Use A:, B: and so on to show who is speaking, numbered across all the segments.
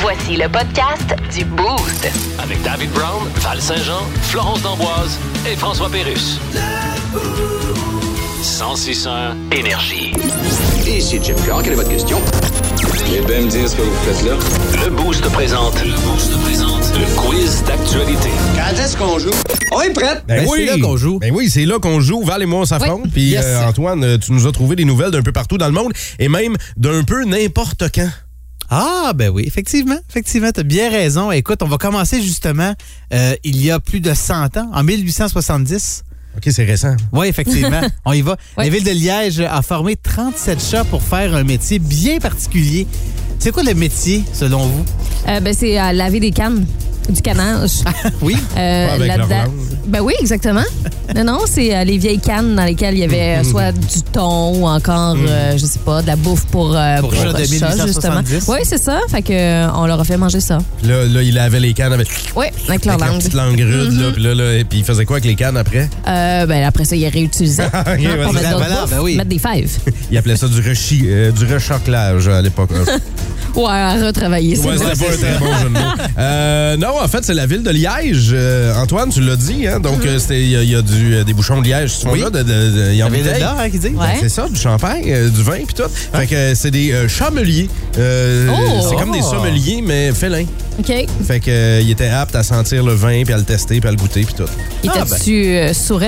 A: Voici le podcast du Boost.
B: Avec David Brown, Val Saint-Jean, Florence D'Amboise et François Pérus. 1061 Énergie.
C: Ici Jim Carr, quelle est votre question?
D: Et bien me dire ce que vous faites là.
B: Le Boost présente. Le Boost présente. Le quiz d'actualité.
C: Quand est-ce qu'on joue? On est prête!
E: Ben
F: Ben,
E: oui.
F: c'est là qu'on joue.
E: Ben oui, c'est là qu'on joue. Val et moi, on s'affronte.
F: Oui.
E: Puis
F: Yes.
E: euh, Antoine, euh, tu nous as trouvé des nouvelles d'un peu partout dans le monde et même d'un peu n'importe quand.
F: Ah, ben oui, effectivement, effectivement, t'as bien raison. Écoute, on va commencer justement euh, il y a plus de 100 ans, en 1870.
E: OK, c'est récent.
F: Oui, effectivement, on y va.
G: Ouais.
F: La ville de Liège a formé 37 chats pour faire un métier bien particulier. C'est quoi le métier, selon vous?
G: Euh, ben, c'est à laver des cannes, du canage.
F: Oui?
G: Euh,
E: Pas avec
G: là-dedans.
E: leur langue.
G: Ben oui, exactement. non, non, c'est euh, les vieilles cannes dans lesquelles il y avait euh, soit du thon ou encore, euh, je sais pas, de la bouffe pour, euh,
F: Pour chat de
G: justement.
F: 1870.
G: Oui, c'est ça. Fait que, euh, on leur a fait manger ça.
E: Puis là, là, il avait les cannes avec,
G: Oui, avec leur
E: avec la
G: langue.
E: petite langue rude. là, puis là, là, et puis il faisait quoi avec les cannes après?
G: Euh, ben, après ça, ils réutilisaient
E: Ok,
G: hein,
E: vas-y.
G: pour mettre
F: Voilà,
G: d'autres
F: voilà,
G: bouffes,
F: ben oui.
G: mettre des fèves.
E: Il appelait ça du, rechi, euh, du rechoclage à l'époque.
G: Ouais, à retravailler. c'est
E: Ouais,
G: bon.
E: c'était pas un très bon jeu de mots. Euh, non, en fait, c'est la ville de Liège. Euh, Antoine, tu l'as dit, hein? Donc, euh, c'était- il y a, il y a du, euh, des bouchons de Liège qui sont
F: Oui.
E: là. De, de- de- il y en
F: Avait de
E: bouteille.
F: l'or, hein, qui dit?
G: Ouais.
E: Ben, c'est ça, du champagne, euh, du vin, puis tout. Fait que euh, c'est des euh, chameliers. Euh,
G: Oh!
E: C'est comme des sommeliers, mais félins.
G: OK.
E: Fait que euh, ils étaient aptes à sentir le vin, puis à le tester, puis à le goûter, puis tout.
G: Et
F: Ah,
G: t'as-tu euh, sourd?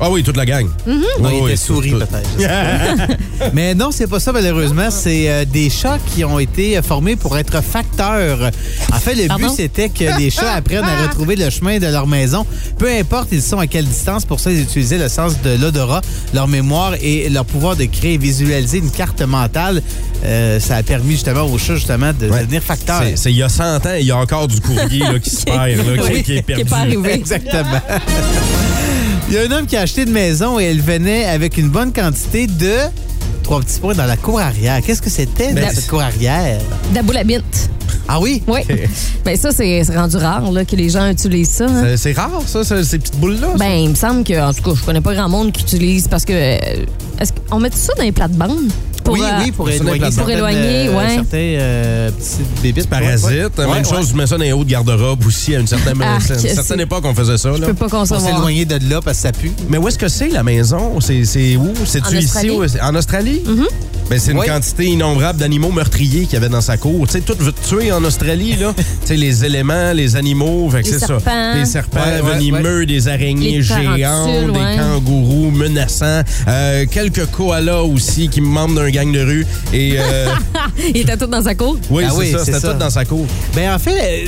E: Ah oui, toute la gang.
G: Mm-hmm.
F: Non,
E: Oui,
F: il
E: oui,
F: était
E: tout-
F: souris,
E: tout.
F: peut-être. je sais pas. Mais non, c'est pas ça, malheureusement. C'est euh, des chats qui ont été euh, formés pour être facteurs. En fait, le
G: Pardon?
F: but, c'était que les chats apprennent à retrouver le chemin de leur maison. Peu importe ils sont à quelle distance, pour ça, ils utilisaient le sens de l'odorat, leur mémoire et leur pouvoir de créer et visualiser une carte mentale. Euh, ça a permis justement aux chats, justement, de
E: Ouais.
F: devenir facteurs.
E: C'est- C'est il y a 100 ans, il y a encore du courrier là, qui se perd, là, qui,
G: Oui,
E: qui est perdu.
G: pas arrivé.
F: Exactement. Il y a un homme qui a acheté une maison et elle venait avec une bonne quantité de trois petits points dans la cour arrière. Qu'est-ce que c'était
E: Ben,
F: dans cette cour arrière?
G: De la boulabinte.
F: Ah oui?
G: Oui. Ben, ça, c'est c'est rendu rare là, que les gens utilisent ça. hein.
E: C'est- C'est rare, ça, ce- ces petites boules-là? ça?
G: Ben, il me semble que, en tout cas, je connais pas grand monde qui utilise parce que. euh, Est-ce qu'on met ça dans les plates-bandes? Pour,
F: oui,
G: euh,
F: oui, pour
E: sur les
F: éloigner, euh,
E: plates-bandes.
G: Pour éloigner, ouais.
F: certains euh, petites bébites.
E: Parasite.
F: Ouais, ouais.
E: Même
F: Ouais,
E: chose, je mets ça dans les hauts de garde-robe aussi. À une certaine,
G: Ah,
E: à une
G: que
E: certaine
G: c'est-
E: époque, on faisait ça.
G: Je
E: là.
G: peux pas
F: Pour
G: concevoir.
F: s'éloigner de là parce que ça pue.
E: Mais où est-ce que c'est la maison? C'est c'est où?
G: En
E: C'est-tu ici?
G: Australie. Mm-hmm.
E: ou- En Australie? Ben, c'est une
F: Oui.
E: quantité innombrable d'animaux meurtriers qu'il y avait dans sa cour. Tu sais, tout veut te tuer en Australie, là. tu sais, les éléments, les animaux, fait que
G: Les
E: c'est ça.
G: serpents.
E: Des serpents
F: Ouais, ouais,
E: venimeux, des araignées
G: Les tarentules,
E: géantes, des
G: ouais.
E: kangourous menaçants, euh, quelques koalas aussi qui membrent d'un gang de rue. Et euh,
G: Il était tout dans sa cour.
E: oui,
F: Ah
E: c'est
F: oui,
E: ça,
F: c'est
E: c'était
F: ça.
E: tout dans sa cour.
F: Ben en fait,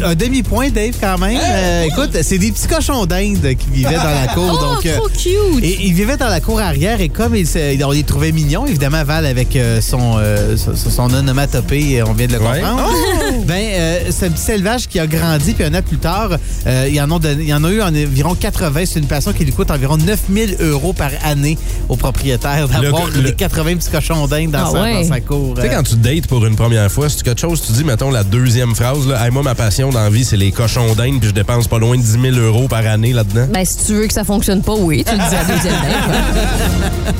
F: euh, un demi-point, Dave, quand même. Euh, écoute, c'est des petits cochons d'Inde qui vivaient dans la cour.
G: Oh,
F: donc, euh,
G: trop cute!
F: Et ils vivaient dans la cour arrière et comme ils, se- on les trouvait mignons, évidemment, Val avec euh, son, euh, son, son onomatopée, on vient de le
E: Ouais. Oh!
F: comprendre. Ben, euh, c'est un petit élevage qui a grandi, puis un an plus tard, euh, ils, en ont donné- il y en a eu en environ 80. C'est une passion qui lui coûte environ 9000 euros par année au propriétaire d'avoir
E: Le- le-
F: les 80 petits cochons d'Inde dans,
G: Ah
F: sa,
G: ouais.
F: dans sa cour.
E: Tu sais, quand tu dates pour une première fois, c'est quelque chose, tu dis, mettons, la deuxième phrase, là, Hey, moi, ma passion dans la vie, c'est les cochons d'Inde, puis je dépense pas loin de 10 000 euros par année là-dedans.
G: Ben, si tu veux que ça fonctionne pas, oui, tu le dis à la deuxième date.
F: Euh,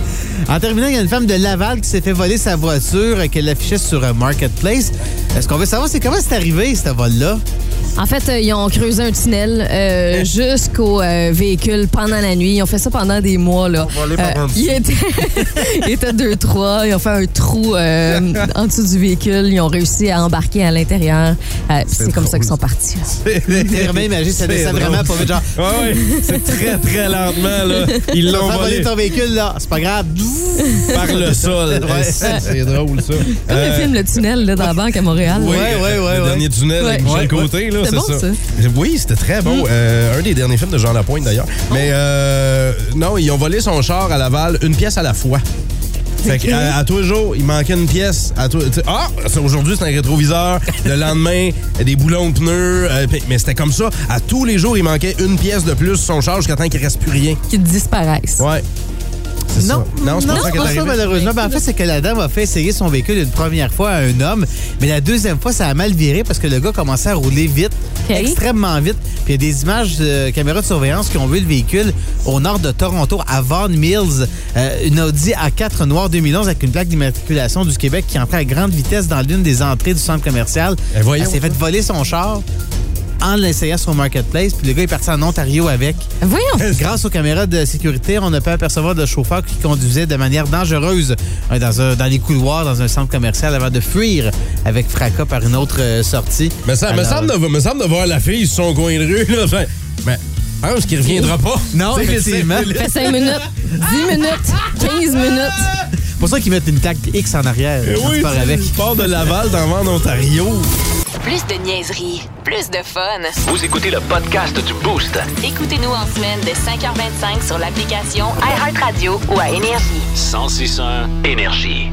F: En terminant, il y a une femme de Laval qui s'est fait voler sa voiture euh, qu'elle affichait sur un marketplace. Euh, Ce qu'on veut savoir, c'est comment c'est arrivé, ce vol-là?
G: En fait, euh, ils ont creusé un tunnel
F: Hein?
G: euh, jusqu'au euh, véhicule pendant la nuit. Ils ont fait ça pendant des mois. Là. Euh, ils, étaient, ils étaient deux, trois. Ils ont fait un trou euh, en dessous du véhicule. Ils ont réussi à embarquer à l'intérieur. Euh, puis c'est comme ça qu'ils sont partis.
F: C'est vraiment imagé, ça
E: C'est
F: descend
E: drôle.
F: vraiment pas vite. Genre,
E: Ah, Ouais, ouais, c'est très, très lentement, là. Ils
F: on
E: l'ont
F: va voler
E: volé
F: ton véhicule, là. C'est pas grave.
E: Ben, par le sol.
F: Ouais.
E: C'est c'est drôle, ça.
G: Comme
E: Euh,
G: le film Le Tunnel là, dans la banque à Montréal.
E: oui,
F: Ouais, ouais,
E: le
F: ouais, ouais.
E: dernier tunnel avec
G: Ouais.
E: Michel Côté, là,
G: C'était
E: c'est
G: bon, ça.
E: Oui, c'était très beau. Euh, un des derniers films de Jean Lapointe, d'ailleurs. Mais euh, non, ils ont volé son char à Laval, une pièce à la fois. Fait que, à, à tous les jours, il manquait une pièce. À tous- tu sais, ah, c'est- aujourd'hui, c'est un rétroviseur. Le lendemain, des boulons de pneus. euh, puis- mais c'était comme ça. À tous les jours, il manquait une pièce de plus sur son char jusqu'à temps qu'il reste plus rien.
G: Qui disparaissent.
E: Ouais. C'est
F: Non,
E: ça. Non, c'est pas ça qui est
F: ça,
E: arrivé.
F: malheureusement. Ben, en fait, c'est que la dame a fait essayer son véhicule une première fois à un homme, mais la deuxième fois, ça a mal viré parce que le gars commençait à rouler vite.
G: OK.
F: extrêmement vite. Puis il y a des images de caméras de surveillance qui ont vu le véhicule au nord de Toronto, à Vaughan Mills, euh, une Audi A4 noire 2011 avec une plaque d'immatriculation du Québec qui entrait à grande vitesse dans l'une des entrées du centre commercial.
E: Eh, voyons,
F: Elle s'est fait voler son char en l'essayant sur Marketplace. Puis le gars est parti en Ontario avec.
G: Voyons.
F: Grâce aux caméras de sécurité, on a pu apercevoir le chauffeur qui conduisait de manière dangereuse euh, dans, un- dans les couloirs, dans un centre commercial, avant de fuir avec fracas par une autre euh, sortie.
E: Mais ça me
F: Alors-
E: semble, de, me semble de voir la fille sur son coin de rue. Là, Fait, mais je pense qu'il reviendra pas.
F: Non,
E: Tu sais,
F: effectivement.
E: tu sais,
G: Fait 5 minutes, 10 minutes, 15 minutes.
F: C'est pour ça qu'ils mettent une plaque X en arrière.
E: Eh
F: quand
E: oui,
F: tu pars avec.
E: tu pars de Laval, t'en vas en Ontario.
A: Plus de niaiserie, plus de fun.
B: Vous écoutez le podcast du Boost.
A: Écoutez-nous en semaine de 5h25 sur l'application iHeartRadio ou à Énergie.
B: 1061 Énergie.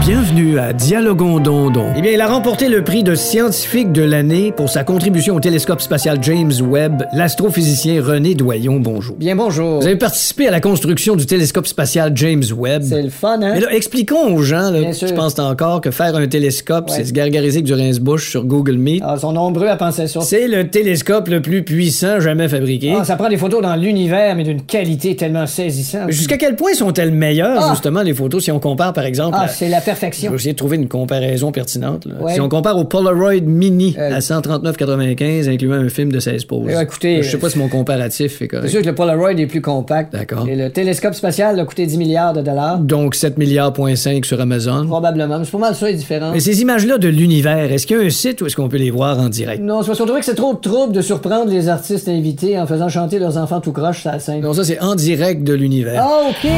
H: Bienvenue à Dialogons Dondon. Eh bien, il a remporté le prix de scientifique de l'année pour sa contribution au télescope spatial James Webb, l'astrophysicien René Doyon. Bonjour. Bien, bonjour. Vous avez participé à la construction du télescope spatial James Webb. C'est le fun, hein? Mais là, expliquons aux gens, là, qui pensent encore que faire un télescope, c'est se gargariser avec du rince-bouche sur Google Meet. Ah, sont nombreux à penser ça. C'est le télescope le plus puissant jamais fabriqué. ça prend des photos dans l'univers, mais d'une qualité tellement saisissante. Jusqu'à quel point sont-elles meilleures, justement, les photos, si on compare, par exemple... Ah, c'est la perfection. Je vais essayer de trouver une comparaison pertinente. là. Si on compare au Polaroid Mini à 139,95, incluant un film de 16 poses. Eh écoutez... Je sais pas si mon comparatif est correct. C'est sûr que le Polaroid est plus compact. D'accord. Et le télescope spatial a coûté 10 milliards de dollars. Donc 7 milliards point 5 sur Amazon. Probablement. C'est pas mal ça, est différent. Mais ces images-là de l'univers, est-ce qu'il y a un site où est-ce qu'on peut les voir en direct? Non, c'est parce qu'on trouvait que c'est trop de trouble de surprendre les artistes invités en faisant chanter leurs enfants tout croche sur la scène. Non, ça, c'est en direct de l'univers. Ah, OK.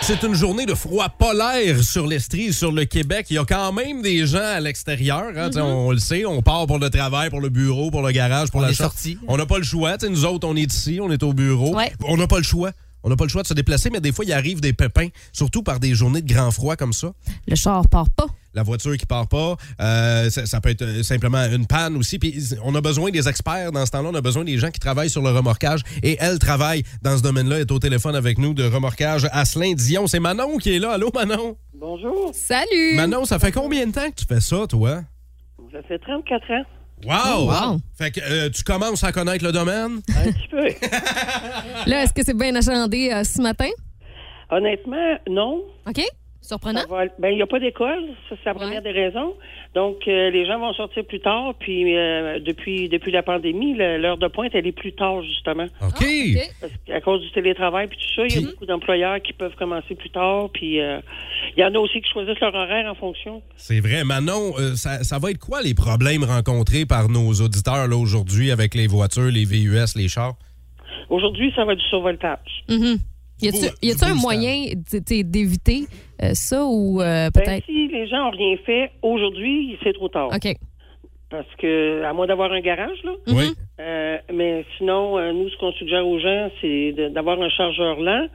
E: C'est une journée de froid polaire sur l'Estrie, sur le Québec. Il y a quand même des gens à l'extérieur. hein. Tu sais, On, on le sait, on part pour le travail, pour le bureau, pour le garage, pour
F: Mm-hmm. On
E: la
F: est
E: chambre.
F: sortis.
E: On n'a pas le choix. Tu sais, nous autres, on est ici, on est au bureau.
G: Ouais.
E: On n'a pas le choix. On n'a pas le choix de se déplacer, mais des fois, il arrive des pépins, surtout par des journées de grand froid comme ça.
G: Le char part pas.
E: La voiture qui part pas, euh, ça, ça peut être euh, simplement une panne aussi. Puis on a besoin des experts dans ce temps-là, on a besoin des gens qui travaillent sur le remorquage. Et elle travaille dans ce domaine-là, elle est au téléphone avec nous de remorquage. Asselin Dion, c'est Manon qui est là. Allô, oh, Manon?
G: Salut.
E: Manon, ça fait combien de temps que tu fais ça, toi?
I: Ça fait 34 ans.
E: Wow!
G: wow.
E: Fait que euh, tu commences à connaître le domaine?
I: Un petit peu.
G: Là, est-ce que c'est bien agendé euh, ce matin?
I: Honnêtement, non.
G: OK? Surprenant?
I: Ça va- Ben, il n'y a pas d'école. Ça, c'est la première
G: Ouais.
I: des raisons. Donc, euh, les gens vont sortir plus tard. Puis, euh, depuis, depuis la pandémie, le- l'heure de pointe, elle est plus tard, justement.
E: Ah, OK!
G: Ah, OK.
I: Parce qu'à cause du télétravail, puis tout ça, il y a beaucoup d'employeurs qui peuvent commencer plus tard. Puis, euh, il y en a aussi qui choisissent leur horaire en fonction.
E: C'est vrai. Manon, euh, ça, ça va être quoi les problèmes rencontrés par nos auditeurs là, aujourd'hui avec les voitures, les VUS, les chars?
I: Aujourd'hui, ça va être du survoltage. Ben,
G: Mhm. Y a-tu-
E: Beau-
G: Y a-tu un
E: beau
G: moyen d- t'sais, d'éviter euh, ça ou euh,
I: Ben,
G: peut-être?
I: si les gens n'ont rien fait, aujourd'hui, c'est trop tard.
G: OK.
I: Parce que, à moins d'avoir un garage, là,
E: Oui.
I: Euh, mais sinon, euh, nous, ce qu'on suggère aux gens, c'est de- d'avoir un chargeur lent.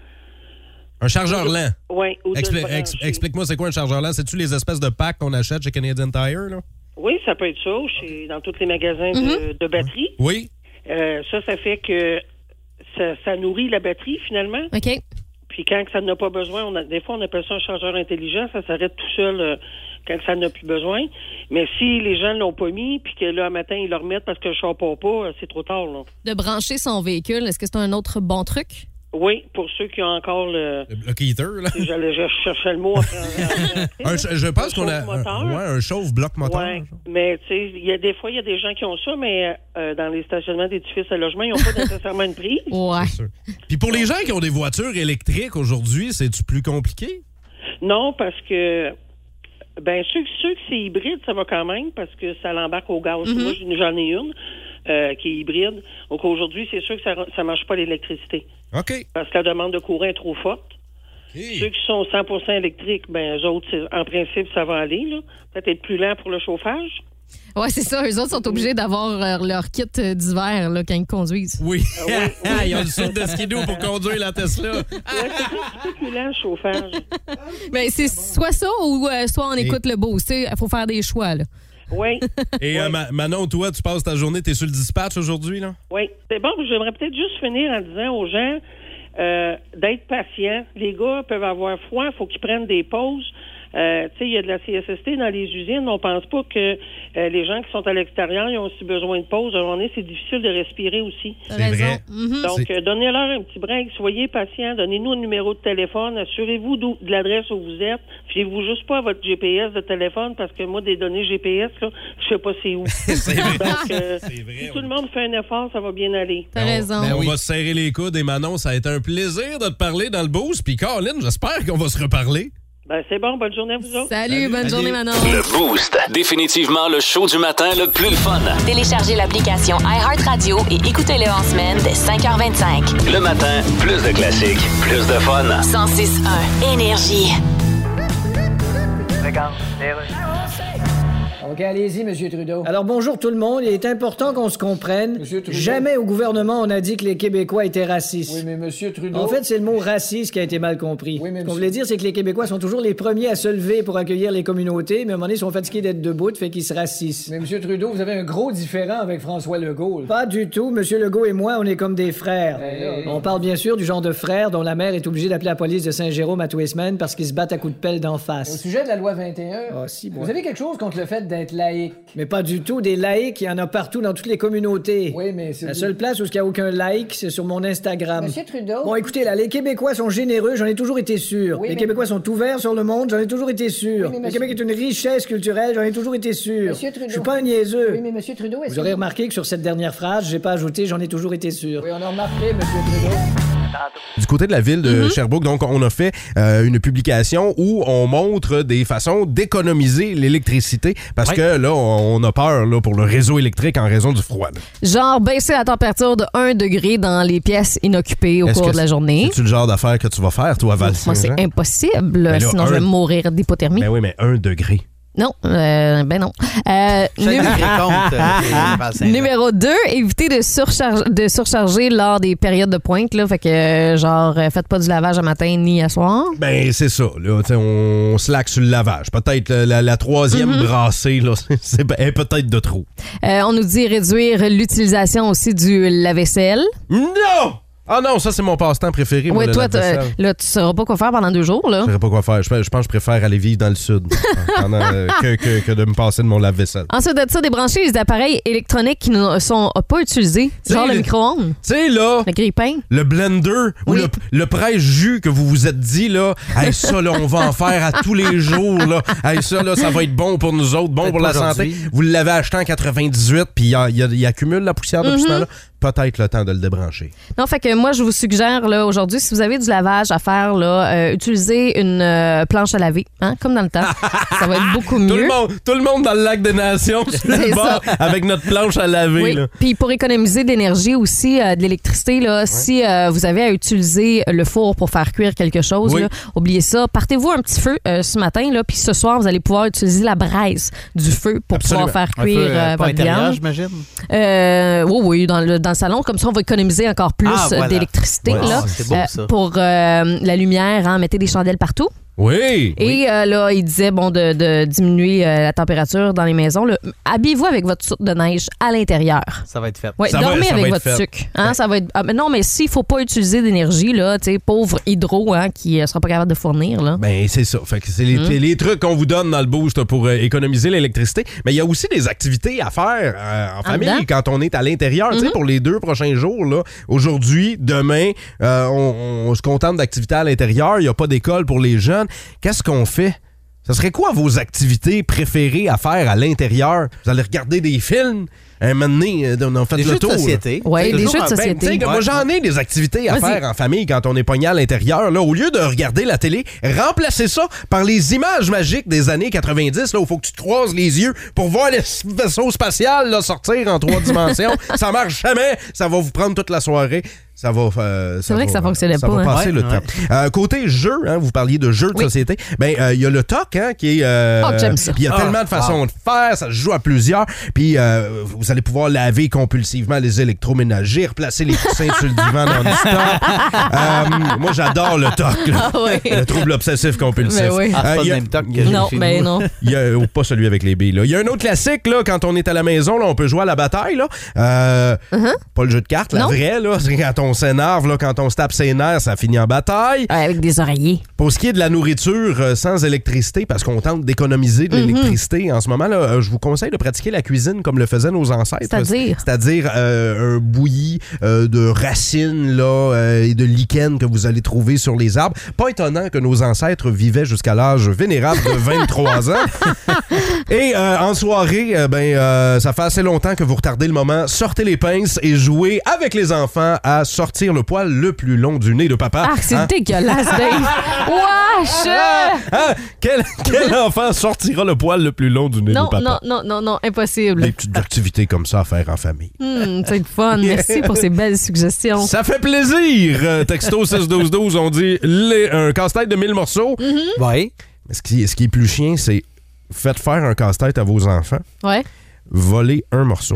E: Un chargeur lent.
I: Ouais, ou de le
E: Expli-
I: brancher.
E: ex- Explique-moi, c'est quoi un chargeur là? C'est-tu les espèces de packs qu'on achète chez Canadian Tire? Là?
I: Oui, ça peut être ça, chez, dans tous les magasins de,
E: Mhm.
I: de batterie.
E: Oui.
I: Euh, ça, ça fait que ça, ça nourrit la batterie, finalement.
G: OK.
I: Puis quand que ça n'a pas besoin, on a, des fois, on appelle ça un chargeur intelligent. Ça s'arrête tout seul euh, quand que ça n'a plus besoin. Mais si les gens ne l'ont pas mis, puis que là, un matin, ils le remettent parce que le char part pas, euh, c'est trop tard. Là.
G: De brancher son véhicule, est-ce que c'est un autre bon truc?
I: Oui, pour ceux qui ont encore le...
E: Le bloc heater, là.
I: J'allais je cherchais le mot. après-
E: Un ch- je pense
I: Un
E: qu'on a
I: chauffe-moteur.
E: un, ouais, un chauffe-bloc moteur.
I: Ouais, mais tu sais, il y a des fois, il y a des gens qui ont ça, mais euh, dans les stationnements d'édifices à logement, ils n'ont pas nécessairement une prise.
G: Ouais.
E: Sûr. Puis pour les gens qui ont des voitures électriques aujourd'hui, c'est-tu plus compliqué?
I: Non, parce que, ben, ceux, ceux que c'est hybride, ça va quand même, parce que ça l'embarque au gaz.
E: Mm-hmm.
I: Moi, j'en- j'en ai une euh, qui est hybride. Donc aujourd'hui, c'est sûr que ça ne marche pas l'électricité,
E: OK.
I: parce que la demande de courant est trop forte. Ceux qui sont 100 électriques, ben, eux autres, c'est- en principe, ça va aller, là. Peut-être être plus lent pour le chauffage.
G: Ouais, c'est ça. Eux autres sont obligés d'avoir euh, leur kit euh, d'hiver là, quand ils conduisent.
E: Ah Oui. Ils ont le saut de skidoo pour conduire la Tesla.
I: Ouais, c'est un petit peu plus lent, le chauffage.
G: Mais Ben, c'est soit ça ou euh, soit on écoute le beau. Il faut faire des choix. Là.
I: Oui.
E: Et euh, Ma- Manon, toi, tu passes ta journée, t'es sur le dispatch aujourd'hui, là?
I: Oui. C'est bon, j'aimerais peut-être juste finir en disant aux gens euh, d'être patients. Les gars peuvent avoir froid, il faut qu'ils prennent des pauses. Euh, tu sais, il y a de la CSST dans les usines. On pense pas que euh, les gens qui sont à l'extérieur, ils ont aussi besoin de pause. À un moment donné, c'est difficile de respirer aussi.
G: T'as
E: C'est
G: raison.
E: vrai.
G: Mhm.
I: Donc,
E: C'est-
I: euh, donnez-leur un petit break, soyez patients, donnez-nous un numéro de téléphone, assurez-vous d'où- de l'adresse où vous êtes. Fiez-vous juste pas à votre GPS de téléphone parce que moi, des données GPS, là, je sais pas c'est où.
E: C'est vrai.
I: Donc, euh,
E: C'est vrai,
I: si
E: on-
I: tout le monde fait un effort, ça va bien aller.
G: T'as raison.
E: Ben, on
F: oui.
E: va se serrer les coudes et Manon, ça a été un plaisir de te parler dans le boost. Puis Colin, j'espère qu'on va se reparler.
I: Ben, c'est bon, bonne journée à vous autres.
G: Salut, bonne journée, Manon.
B: Le Boost. Définitivement le show du matin le plus le fun.
A: Téléchargez l'application iHeartRadio et écoutez-le en semaine dès 5h25.
B: Le matin, plus de classiques, plus de fun.
A: 106.1 Énergie.
H: OK, allez-y, M. Trudeau. Alors, bonjour tout le monde. Il est important qu'on se comprenne. Jamais au gouvernement, on a dit que les Québécois étaient racistes. Oui, mais Monsieur Trudeau... En fait, c'est le mot raciste qui a été mal compris. Ce qu'on voulait dire, c'est que les Québécois sont toujours les premiers à se lever pour accueillir les communautés, mais à un moment donné, ils sont fatigués d'être debout, fait qu'ils se racissent. Mais Monsieur Trudeau, vous avez un gros différent avec François Legault. Pas du tout. Monsieur Legault et moi, on est comme des frères. on parle bien sûr du genre de frères dont la mère est obligée d'appeler la police de Saint-Jérôme à tous les semaines parce qu'ils se battent à coups de pelle d'en face. Au sujet de la loi 21, vous avez quelque chose contre le fait d'être laïque? Mais pas du tout. Des laïcs, il y en a partout dans toutes les communautés. Oui, mais c'est... La seule place où il n'y a aucun laïc, c'est sur mon Instagram. Monsieur Trudeau... Bon, écoutez, là, les Québécois sont généreux, j'en ai toujours été sûr. les Québécois sont ouverts sur le monde, j'en ai toujours été sûr. Le Québec est une richesse culturelle, j'en ai toujours été sûr. Monsieur Trudeau... Je suis pas un niaiseux. Oui, mais Monsieur Trudeau... Vous aurez remarqué que sur cette dernière phrase, j'ai pas ajouté « j'en ai toujours été sûr ». Oui, on a remarqué, Monsieur Trudeau.
E: Du côté de la ville
G: Mhm.
E: de Sherbrooke, donc, on a fait euh, une publication où on montre des façons d'économiser l'électricité parce que là, on a peur là, pour le réseau électrique en raison du froid. là.
G: Genre, baisser la température de 1 degré dans les pièces inoccupées au
E: Est-ce
G: cours
E: que
G: de la journée.
E: C'est-tu le genre d'affaire que tu vas faire, toi, Val?
G: Moi, c'est impossible.
E: hein? Ben là,
G: Sinon, je vais
E: un-
G: mourir d'hypothermie.
E: Ben oui, mais un degré.
G: Non, euh, ben non. Euh,
F: Chaque
G: numé-
F: degré compte, euh, c'est Val Saint-Jean.
G: Numéro 2, évitez de, surcharge- de surcharger lors des périodes de pointe. Là, fait que, euh, genre, euh, faites pas du lavage à matin ni à soir.
E: Ben, c'est ça. Là, Tu sais, on slack sur le lavage. Peut-être euh, la, la troisième
G: Mhm.
E: brassée, là, c'est ben, est peut-être de trop.
G: Euh, on nous dit réduire l'utilisation aussi du lave-vaisselle.
E: Non! Ah non, ça, c'est mon passe-temps préféré. moi,
G: Oui,
E: le
G: toi, t'as-
E: lave-vaisselle.
G: là, tu sauras pas quoi faire pendant deux jours. Là.
E: Je saurais pas quoi faire. Je, pe- je pense que je préfère aller vivre dans le sud pendant, euh, que, que- que de me passer de mon lave-vaisselle.
G: Ensuite de ça, débranchez les appareils électroniques qui ne sont pas utilisés,
E: Tu sais,
G: genre le,
E: le-
G: micro-ondes,
E: Tu sais, là,
G: le grille-pain.
E: le blender ou
G: Oui.
E: le, le presse-jus que vous vous êtes dit, là, Hey, ça, là, on va en faire à tous les jours, là. Hey, ça, là, ça va être bon pour nous autres, bon
F: Peut-être
E: pour
F: pas
E: la santé.
F: aujourd'hui.
E: Vous l'avez acheté en 98, puis il, il- il accumule la poussière
G: Mm-hmm.
E: depuis ce temps-là. Peut-être le temps de le débrancher.
G: Non, fait que moi, je vous suggère là, aujourd'hui, si vous avez du lavage à faire, là, euh, utilisez une euh, planche à laver, hein, comme dans le temps. ça va être beaucoup
E: Tout le,
G: mieux.
E: monde, tout le monde dans le lac des Nations, sur le
G: C'est
E: bord, avec notre planche à laver.
G: Oui.
E: là.
G: Puis pour économiser de l'énergie aussi, euh, de l'électricité, là, si euh, vous avez à utiliser le four pour faire cuire quelque chose,
E: Oui.
G: là, oubliez ça. Partez-vous un petit feu euh, ce matin, là, puis ce soir, vous allez pouvoir utiliser la braise du feu pour
E: Absolument.
G: pouvoir faire
F: Un peu,
G: cuire
F: euh,
G: euh,
F: pas
G: votre
F: intérieur,
G: viande.
F: j'imagine.
G: Euh, oui, oui, dans le, dans le salon. Comme ça, on va économiser encore plus
F: Ah,
G: euh,
F: voilà.
G: d'électricité.
F: Ouais,
G: là.
F: ah, c'est beau,
G: Euh,
F: ça.
G: pour euh, la lumière, hein, mettez des chandelles partout.
E: Oui.
G: Et euh, là, il disait bon de, de diminuer euh, la température dans les maisons. là. Habillez-vous avec votre soute de neige à l'intérieur.
F: Ça va être fait.
G: Ouais,
E: Ça va-
G: dormez
E: ça va
G: avec
E: être fait.
G: votre sucre. Hein, ça va être... ah, mais non, mais s'il faut pas utiliser d'énergie, là, tu sais, pauvre hydro hein, qui ne sera pas capable de fournir. Là.
E: Ben, c'est ça. Fait que c'est les, les trucs qu'on vous donne dans le boost pour euh, économiser l'électricité. Mais il y a aussi des activités à faire euh, en famille
G: dedans?
E: quand on est à l'intérieur. Tu sais, pour les deux prochains jours, là, aujourd'hui, demain, euh, on, on se contente d'activités à l'intérieur. Il n'y a pas d'école pour les jeunes. Qu'est-ce qu'on fait? Ce serait quoi vos activités préférées à faire à l'intérieur? Vous allez regarder des films? Un moment donné, euh, on a fait
F: Des
E: le
F: jeux de
E: tour.
F: société.
G: Ouais,
F: C'est
G: des
F: toujours
G: jeux de
F: un-
E: Ben,
G: société.
E: tu sais que moi,
F: Ouais.
E: j'en ai des activités à
G: Vas-y.
E: faire en famille quand on est pogné à l'intérieur. Là, au lieu de regarder la télé, remplacez ça par les images magiques des années 90, là, où faut que tu te croises les yeux pour voir le s- vaisseau spatial là, sortir en trois dimensions. ça marche jamais. Ça va vous prendre toute la soirée. Ça va. euh,
G: C'est vrai
E: va-
G: que ça fonctionnait
E: ça
G: pas,
E: va
G: hein.
E: passer
F: Ouais,
E: le
F: ouais.
E: temps. Euh, côté jeu, hein, vous parliez de jeux de
G: Oui.
E: société. Ben, euh, il y a le TOC hein, qui est. euh,
G: Oh, j'aime ça.
E: puis il y a
F: Ah,
E: tellement de façons
F: wow.
E: de faire, ça se joue à plusieurs. Puis euh, vous allez pouvoir laver compulsivement les électroménagers, replacer les coussins sur le divan non-stop. Euh, moi, j'adore le TOC, là.
G: Ah oui.
E: le trouble obsessif compulsif.
G: Mais oui.
F: Ah, c'est
E: Euh,
F: pas
E: il y
F: le
E: a-
F: même toc que j'ai
G: Non,
F: chez
G: mais
F: nous.
G: non.
E: il y a, ou pas celui avec les billes. Là. Il y a un autre classique, là, quand on est à la maison, là, on peut jouer à la bataille. Là. Euh, Pas le jeu de cartes, la
G: Uh-huh. Non.
E: vraie. Là, c'est quand on qu'on s'énerve, là, quand on se tape ses nerfs, ça finit en bataille.
G: Ouais, avec des oreillers.
E: Pour ce qui est de la nourriture euh, sans électricité, parce qu'on tente d'économiser
G: Mhm.
E: de l'électricité en ce moment, là, euh, je vous conseille de pratiquer la cuisine comme le faisaient nos ancêtres.
G: C'est-à-dire?
E: C'est-à-dire euh, un bouilli euh, de racines là, euh, et de lichens que vous allez trouver sur les arbres. Pas étonnant que nos ancêtres vivaient jusqu'à l'âge vénérable de 23 ans. Et euh, en soirée, euh, ben, euh, ça fait assez longtemps que vous retardez le moment. Sortez les pinces et jouez avec les enfants à sortir le poil le plus long du nez de papa.
G: Ah, c'est
E: Hein?
G: dégueulasse, Dave. Wesh!
E: Hein? Quel, quel enfant sortira le poil le plus long du nez de
G: Non,
E: papa?
G: non, non, non, non, impossible.
E: Des petites activités comme ça à faire en famille.
G: Hmm, c'est le fun. Merci pour ces belles suggestions.
E: Ça fait plaisir! Euh, Texto 6-12-12, on dit les- un casse-tête de 1000 morceaux.
G: Mm-hmm.
F: Oui.
E: Mais ce qui, ce qui est plus chiant, c'est faites faire un casse-tête à vos enfants,
G: Ouais.
E: volez un morceau.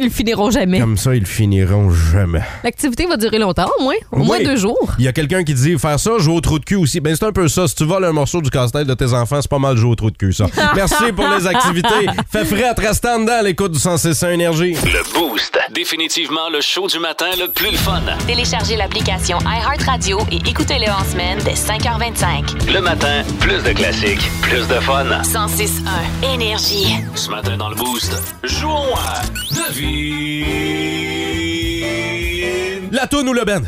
G: Ils le finiront jamais.
E: comme ça, ils le finiront jamais.
G: L'activité va durer longtemps, au moins. Au moins
E: Oui.
G: deux jours.
E: Il y a quelqu'un qui dit faire ça, jouer au trou de cul aussi. Ben c'est un peu ça. Si tu voles un morceau du casse-tête de tes enfants, c'est pas mal jouer au trou de cul, ça. Merci pour les activités. Fais frette, reste en dedans à l'écoute du 161 Énergie.
B: Le Boost. Définitivement le show du matin le plus le fun.
A: Téléchargez l'application iHeartRadio et écoutez-le en semaine dès 5h25.
B: Le matin, plus de classiques, plus de fun.
A: 106.1 Énergie.
B: Ce matin dans le Boost, jouons à Devine.
E: La toune ou le band?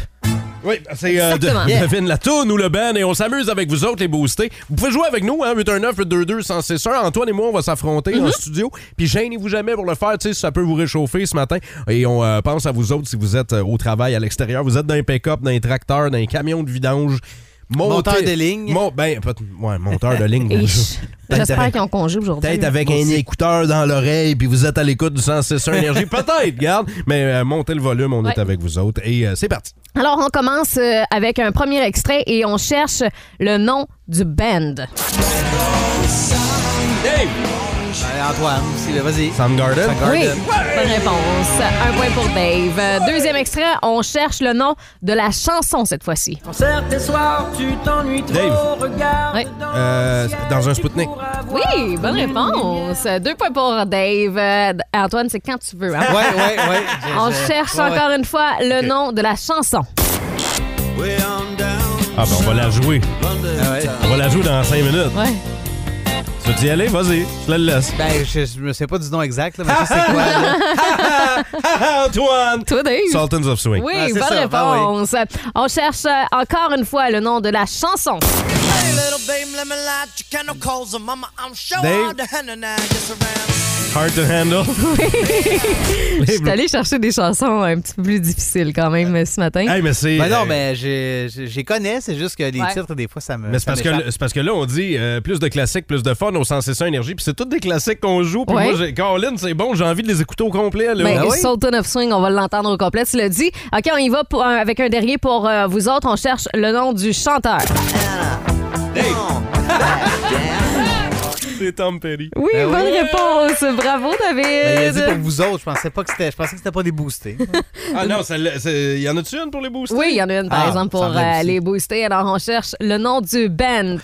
E: Oui, c'est euh, de-
G: Exactement.
E: devine la toune ou le band et on s'amuse avec vous autres les boostés. Vous pouvez jouer avec nous hein 819 822 161. Antoine et moi on va s'affronter
G: Mm-hmm.
E: en studio puis gênez-vous jamais pour le faire, tu sais ça peut vous réchauffer ce matin et on euh, pense à vous autres si vous êtes euh, au travail à l'extérieur, vous êtes dans un pick-up, dans un tracteur, dans un camion de vidange. Montez-
F: Monteur de ligne.
E: Mon- ben, peut- ouais, monteur de ligne.
G: Et
E: bonjour. Peut-être
G: J'espère
E: avec-
G: qu'ils ont congé aujourd'hui.
E: Peut-être avec
F: Moi
E: un
F: aussi.
E: écouteur dans l'oreille, puis vous êtes à l'écoute du 161 Énergie. Peut-être, garde. Mais euh, montez le volume, on
G: Ouais.
E: est avec vous autres. Et euh, c'est parti.
G: Alors, on commence euh, avec un premier extrait et on cherche le nom du band.
F: Allez, Antoine, aussi, là, vas-y.
E: Sam Garden.
G: Oui, bonne réponse. Un point pour Dave. Euh, Deuxième extrait, on cherche le nom de la chanson cette fois-ci.
E: Dave.
G: Oui.
E: Euh, dans un Spoutnik.
G: Oui, bonne réponse. Deux points pour Dave. Euh, Antoine, c'est quand tu veux. hein?
F: Ouais, ouais, ouais.
G: On cherche encore une fois le nom de la chanson.
E: Ah, ben on va la jouer.
F: Ah ouais.
E: On va la jouer dans 5 minutes.
G: Ouais.
E: Tu veux y aller? Vas-y, je la laisse.
F: Ben, je, je me sais pas du nom exact, là, mais je sais quoi. là.
E: Antoine!
G: Toi, Dave?
E: Sultans of Swing.
G: Oui,
F: Ah, c'est
G: bonne
F: ça, ben oui.
G: réponse. On cherche euh, encore une fois le nom de la chanson.
E: Dave. Hard to handle.
G: Je suis allée chercher des chansons un petit peu plus difficiles quand même euh, ce matin.
E: Hey, mais c'est.
F: Ben non,
E: euh,
F: mais j'ai- j'ai- j'y connais, c'est juste que les
G: Ouais.
F: titres, des fois, ça me.
E: Mais c'est
F: ça
E: parce, que,
F: m'échappe.
E: c'est parce que là, on dit euh, plus de classiques, plus de fun au 161 Énergie. Puis c'est tous des classiques qu'on joue. Puis
G: Ouais.
E: moi, j'ai- Caroline, c'est bon, j'ai envie de les écouter au complet. Là.
G: Ben,
F: Ah oui?
G: Sultan of Swing, on va l'entendre au complet, tu l'as dit. OK, on y va pour un- avec un dernier pour euh, vous autres. On cherche le nom du chanteur.
E: C'est Tom Petty.
G: Oui,
F: Ben oui.
G: bonne réponse. Bravo,
F: Ben, il a dit pour
G: David.
F: vous autres, je pensais pas que c'était. Je pensais que c'était pas des boostés.
E: Ah non, celle-là, c'est- y en a-tu une pour les boosts?
G: Oui, il y en a une, par
F: Ah,
G: exemple, pour
F: ça revient
G: euh,
F: aussi.
G: les booster. Alors, on cherche le nom du band.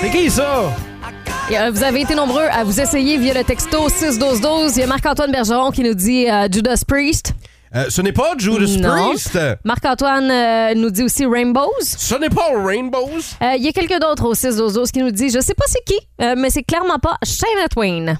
E: C'est qui ça?
G: Et, euh, vous avez été nombreux à vous essayer via le texto 6-12-12. Il y a Marc-Antoine Bergeron qui nous dit euh, Judas Priest.
E: Euh, ce n'est pas Judas
G: Non.
E: Priest.
G: Marc-Antoine euh, nous dit aussi Rainbows.
E: Ce n'est pas Rainbows.
G: Euh, Il y a quelqu'un d'autre au 6 12 qui nous dit Je sais pas c'est qui, euh, mais c'est clairement pas Shania Twain.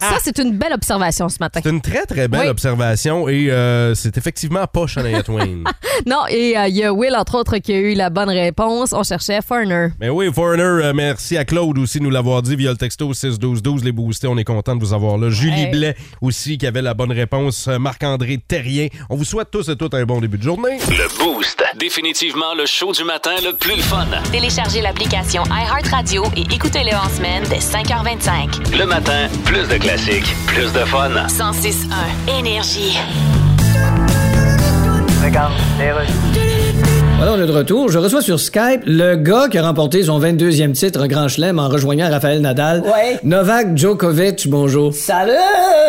G: Ça, c'est une belle observation ce matin.
E: C'est une très, très belle
G: Oui.
E: observation et euh, c'est effectivement pas Shania Twain.
G: Non, et euh, il y a Will, entre autres, qui a eu la bonne réponse. On cherchait Foreigner.
E: Mais oui, Foreigner, euh, merci à Claude aussi de nous l'avoir dit via le texto 6-12-12. Les boostés, on est content de vous avoir là. Julie
G: Hey.
E: Blais aussi qui avait la bonne réponse. Euh, Marc-André Terrien. On vous souhaite tous et toutes un bon début de journée.
B: Le Boost. Définitivement le show du matin le plus le fun.
A: Téléchargez l'application iHeartRadio et écoutez-le en semaine dès 5h25.
B: Le matin, plus de classiques, plus de fun.
A: 106.1 Énergie.
H: Voilà, on a de retour. Je reçois sur Skype le gars qui a remporté son 22e titre Grand Chelem en rejoignant Raphaël Nadal.
J: Ouais.
H: Novak Djokovic, bonjour.
J: Salut!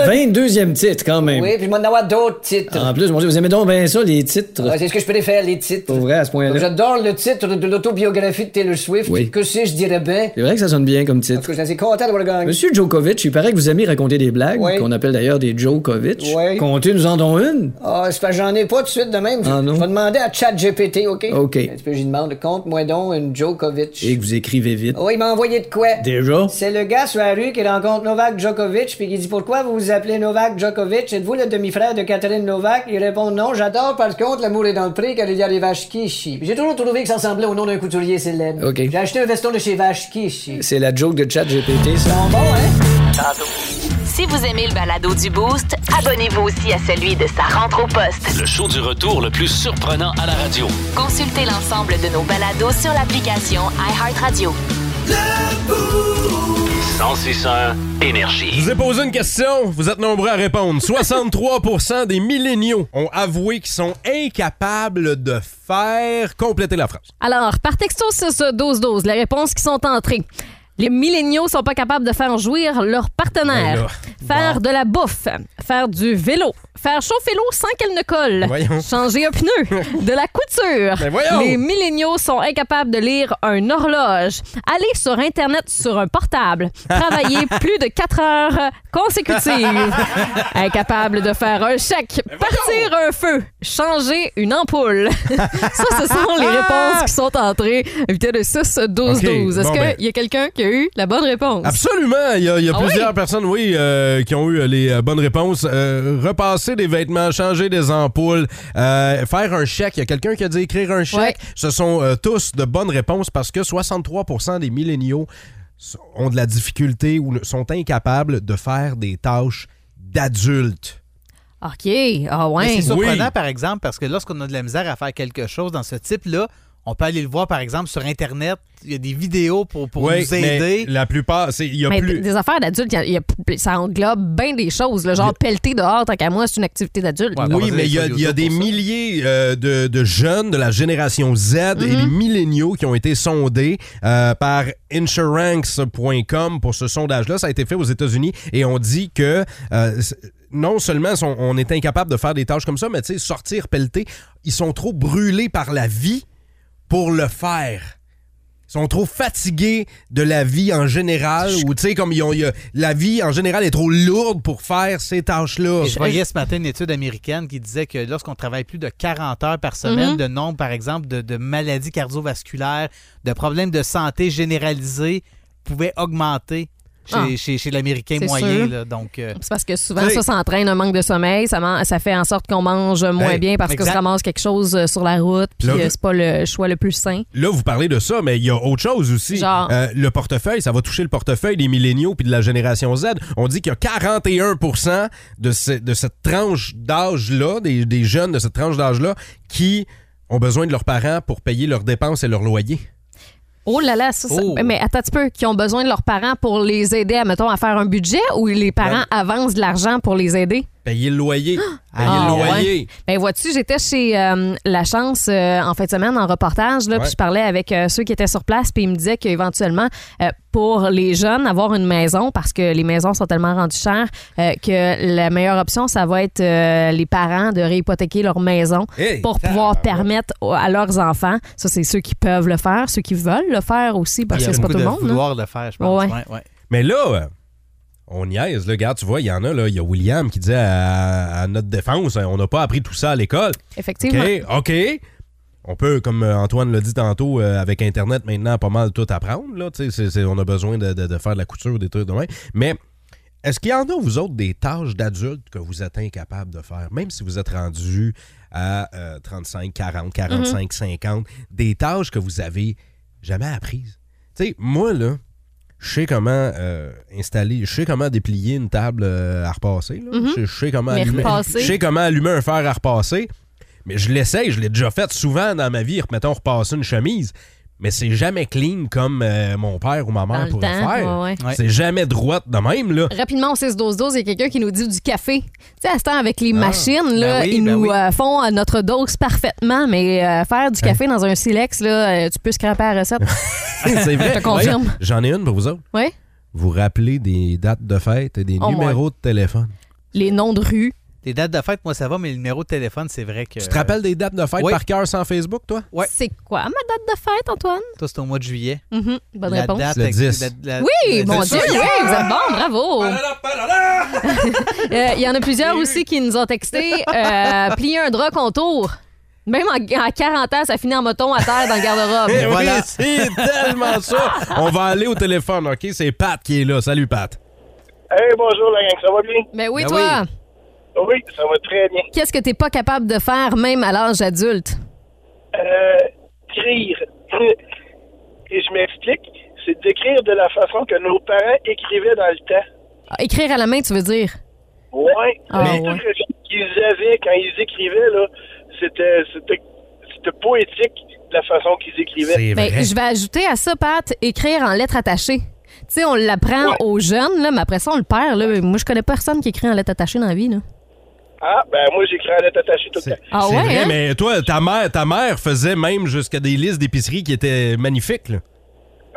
H: 22e titre, quand même.
J: Oui, puis je m'en avoir d'autres titres.
H: En plus, mon Dieu, vous aimez donc bien ça, les titres.
J: Ouais, c'est ce que je préfère, les titres.
H: Pour vrai, à ce point-là.
J: J'adore le titre de l'autobiographie de Taylor Swift.
H: Oui.
J: Que si je dirais bien?
H: C'est vrai que ça sonne bien comme
J: En tout
H: titre.
J: cas, je suis assez content d'avoir gagné.
H: Monsieur Djokovic, il paraît que vous aimez raconter des blagues,
J: Oui.
H: qu'on appelle d'ailleurs des Djokovic.
J: Oui.
H: Comptez, nous en donnons une.
J: Ah, c'est parce que j'en ai pas tout de suite de même. Je-
H: Ah, non.
J: Je vais demander à ChatGPT, OK? Ben,
H: OK.
J: Un petit peu, j'y demande, compte-moi donc une Djokovic.
H: Et que vous écrivez vite.
J: Oh, il m'a envoyé de quoi?
H: Déjà?
J: C'est le gars sur la rue qui rencontre Novak Djokovic puis qui dit pourquoi vous vous appelez Novak Djokovic êtes-vous le demi-frère de Catherine Novak il répond non j'adore par contre l'amour est dans le pré car il y a les vaches Kishi j'ai toujours trouvé que ça ressemblait au nom d'un couturier célèbre
H: OK.
J: j'ai acheté un veston de chez vaches Kishi
H: C'est la joke de ChatGPT, ça.
J: bon hein
A: Si vous aimez le balado du Boost, abonnez-vous aussi à celui de sa rentre au poste.
B: Le show du retour le plus surprenant à la radio.
A: Consultez l'ensemble de nos balados sur l'application iHeartRadio.
B: 1061
E: Je
B: Énergie.
E: vous ai posé une question, vous êtes nombreux à répondre. 63 des milléniaux ont avoué qu'ils sont incapables de faire compléter la phrase.
G: Alors, par texto, c'est ça, 12-12, les réponses qui sont entrées. Les milléniaux sont pas capables de faire jouir leur partenaire.
E: Ben là,
G: faire de la bouffe, faire du vélo, faire chauffer l'eau sans qu'elle ne colle,
E: Voyons.
G: changer un pneu, de la couture.
E: Ben voyons.
G: les milléniaux sont incapables de lire un horloge, aller sur Internet sur un portable, travailler plus de 4 heures consécutives, incapables de faire un chèque,
E: Ben
G: partir un feu, changer une ampoule. ça, ce sont les réponses qui sont entrées. Évitez le 6-12-12.
E: Ok,
G: Est-ce
E: bon,
G: qu'il
E: ben.
G: y a quelqu'un qui a eu la bonne réponse?
E: Absolument, il y a, il y a
G: Ah
E: plusieurs
G: oui?
E: personnes, oui, euh, qui ont eu les euh, bonnes réponses. Euh, repasser des vêtements, changer des ampoules, euh, faire un chèque. Il y a quelqu'un qui a dit écrire un chèque.
G: Ouais.
E: Ce sont euh, tous de bonnes réponses parce que 63 des milléniaux sont- ont de la difficulté ou ne- sont incapables de faire des tâches d'adultes.
G: OK. Ah
F: Mais
G: ouais.
F: c'est surprenant,
E: Oui.
F: par exemple, parce que lorsqu'on a de la misère à faire quelque chose dans ce type-là, on peut aller le voir, par exemple, sur Internet. Il y a des vidéos pour, pour
E: Oui,
F: nous
E: mais
F: aider.
E: la plupart, c'est- il y a
G: Mais
E: plus.
G: d- des affaires d'adultes, il y a- il y a- ça englobe bien des choses. Le genre pelleter dehors, tant qu'à moi, c'est une activité d'adulte.
F: Ouais, ben,
E: Oui,
F: on va
E: mais il y
F: dire
E: a,
F: sur
E: il y a
F: YouTube
E: des
F: pour ça.
E: milliers euh, de, de jeunes de la génération Z et des milléniaux qui ont été sondés euh, par insurance.com pour ce sondage-là. Ça a été fait aux États-Unis et on dit que euh, c- non seulement sont- on est incapable de faire des tâches comme ça, mais tu sais, sortir, pelleter, ils sont trop brûlés par la vie pour le faire. Ils sont trop fatigués de la vie en général ou tu sais comme ils ont, il y a- la vie en général est trop lourde pour faire ces tâches-là.
F: Et Je voyais ce matin une étude américaine qui disait que lorsqu'on travaille plus de 40 heures
G: Mhm.
F: par semaine, le nombre, par exemple, de, de maladies cardiovasculaires, de problèmes de santé généralisés pouvait augmenter chez,
G: Ah.
F: chez- chez l'Américain
G: C'est
F: moyen.
G: sûr.
F: là. donc, euh,
G: C'est parce que souvent,
E: Oui.
G: ça s'entraîne un manque de sommeil. Ça, man- ça fait en sorte qu'on mange moins
E: Hey,
G: bien parce qu'on
F: exact.
G: se ramasse quelque chose euh, sur la route. Puis
E: Là,
G: euh, c'est pas le choix le plus sain.
E: Là, vous parlez de ça, mais il y a autre chose aussi.
G: Genre?
E: Euh, le portefeuille, ça va toucher le portefeuille des milléniaux puis de la génération Z. On dit qu'il y a 41 de, ce- de cette tranche d'âge-là, des, des jeunes de cette tranche d'âge-là, qui ont besoin de leurs parents pour payer leurs dépenses et leur loyer.
G: Oh là là, ça, ça-
F: Oh.
G: mais attends un petit peu, qui ont besoin de leurs parents pour les aider, mettons, à faire un budget ou les parents avancent de l'argent pour les aider?
E: Payer le loyer. Payer
G: Ah,
E: le
G: ouais.
E: loyer.
G: Ben vois-tu, j'étais chez euh, La Chance euh, en fin de semaine en reportage, là,
E: Ouais.
G: puis je parlais avec euh, ceux qui étaient sur place, puis ils me disaient qu'éventuellement, euh, pour les jeunes, avoir une maison, parce que les maisons sont tellement rendues chères, euh, que la meilleure option, ça va être euh, les parents de réhypothéquer leur maison
E: Hey,
G: pour pouvoir permettre au- à leurs enfants, ça c'est ceux qui peuvent le faire, ceux qui veulent le faire aussi, parce
F: il y
G: que
F: a
G: c'est pas
F: beaucoup
G: tout
F: de
G: le monde. hein.
F: vouloir le faire, je pense.
G: Ouais.
F: Ouais, ouais.
E: Mais là, euh, on niaise. Là, regarde, tu vois, il y en a. là. Il y a William qui disait à, à notre défense, hein, on n'a pas appris tout ça à l'école.
G: Effectivement.
E: OK, OK. On peut, comme euh, Antoine l'a dit tantôt, euh, avec Internet maintenant, pas mal tout apprendre. Là, Tu sais, c'est- c'est- on a besoin de, de- de faire de la couture, des trucs de même. Mais est-ce qu'il y en a, vous autres, des tâches d'adultes que vous êtes incapables de faire, même si vous êtes rendu à euh, 35,
G: Mhm.
E: 40, 45, 50, des tâches que vous avez jamais apprises? Tu sais, moi, là, je sais comment euh, installer, je sais comment déplier une table euh, à repasser. là. Je- Je sais comment
G: Mhm. Mais
E: allumer-
G: repasser.
E: je sais comment allumer un fer à repasser. Mais je l'essaye, je l'ai déjà fait souvent dans ma vie, mettons, repasser une chemise. mais c'est jamais clean comme euh, mon père ou ma
G: Dans
E: mère
G: le
E: pourraient
G: temps,
E: faire.
G: ouais,
F: ouais.
E: C'est jamais droite de même, là.
G: Rapidement, au 6-12-12, il y a quelqu'un qui nous dit du café. Tu sais, à ce temps, avec les machines, là,
F: oui,
G: ils
F: Ah, ben
G: nous
F: oui. Hein?
G: euh, font euh, notre dose parfaitement, mais euh, faire du café dans un silex, là, euh, tu peux scraper la recette.
E: c'est vrai.
G: Je te confirme.
E: Ouais. J'en ai une pour vous autres.
G: Ouais.
E: Vous rappelez des dates de fête et des
G: Oh,
E: numéros de téléphone.
G: Les noms de rue.
F: Les dates de fête, moi, ça va, mais le numéro de téléphone, c'est vrai que.
E: Tu te rappelles des dates de fête
F: Euh, oui.
E: par cœur sans Facebook, toi?
F: Ouais.
G: C'est quoi ma date de fête, Antoine?
F: Toi, c'est au mois de juillet.
G: Mhm, Bonne
F: la
G: réponse.
F: date euh,
E: Le
F: avec-
E: 10.
F: la- la-
G: Oui,
F: la-
G: mon
F: la-
G: Dieu, oui, vous êtes bon, bravo. Euh, Il y en a plusieurs aussi qui nous ont texté euh, plier un drap contour. Même en, à 40 ans, ça finit en moton à terre dans le
E: Eh
G: garde-robe.
E: oui,
F: voilà.
E: c'est tellement ça. On va aller au téléphone, OK? C'est Pat qui est là. Salut, Pat.
K: Hey, bonjour la gang, ça va bien?
G: Mais oui,
F: Ben
G: toi,
K: Oui, ça va très bien.
G: qu'est-ce que t'es pas capable de faire même à l'âge adulte?
K: Euh, écrire. Et je m'explique, c'est d'écrire de la façon que nos parents écrivaient dans le temps.
G: Ah, Écrire à la main, tu veux dire?
K: Ouais.
G: Ah,
K: Les
G: ouais.
K: trucs qu'ils avaient quand ils écrivaient, là, c'était, c'était, c'était poétique de la façon qu'ils écrivaient.
E: C'est
G: Ben,
E: vrai.
G: je vais ajouter à ça, Pat, écrire en lettres attachées. Tu sais, on l'apprend
K: Ouais.
G: aux jeunes, là, mais après ça, on le perd. Là. Moi, je connais personne qui écrit en lettres attachées dans la vie. Là.
K: Ah, ben moi, j'écris à lettre attachée tout le
E: C'est
K: temps.
G: Ah
E: c'est
G: ouais,
E: vrai,
G: hein?
E: mais toi, ta mère, ta mère faisait même jusqu'à des listes d'épiceries qui étaient magnifiques. Là.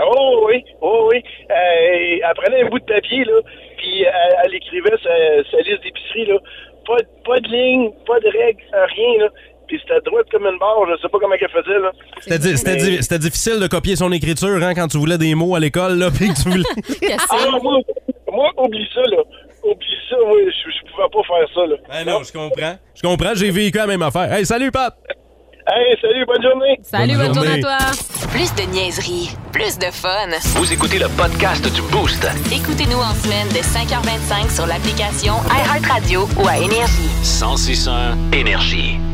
K: Oh oui, oh oui. Euh, elle prenait un bout de papier, là, puis euh, elle, elle écrivait sa, sa liste d'épicerie, là. Pas, de- pas de ligne, pas de règles, rien, là. Puis c'était droite comme une barre, je sais pas comment elle faisait, là.
E: C'était di- c'était di- c'était difficile de copier son écriture hein, quand tu voulais des mots à l'école, là, puis que tu voulais...
G: Qu'est-ce
K: Ah,
G: que
K: non, moi, moi, oublie ça, là. Oublie ça, moi, je, je pouvais pas faire ça, là.
E: Ah non, je comprends. Je comprends, j'ai vécu la même affaire. Hey, salut, Pat!
K: Hey, salut, bonne journée!
G: c'est? Salut, bonne,
E: Bonne
G: journée
E: journée.
G: à toi.
A: Plus de niaiserie, plus de fun.
B: Vous écoutez le podcast du Boost.
A: Écoutez-nous en semaine de 5h25 sur l'application iHeartRadio ou à Énergie.
B: 1061 Énergie.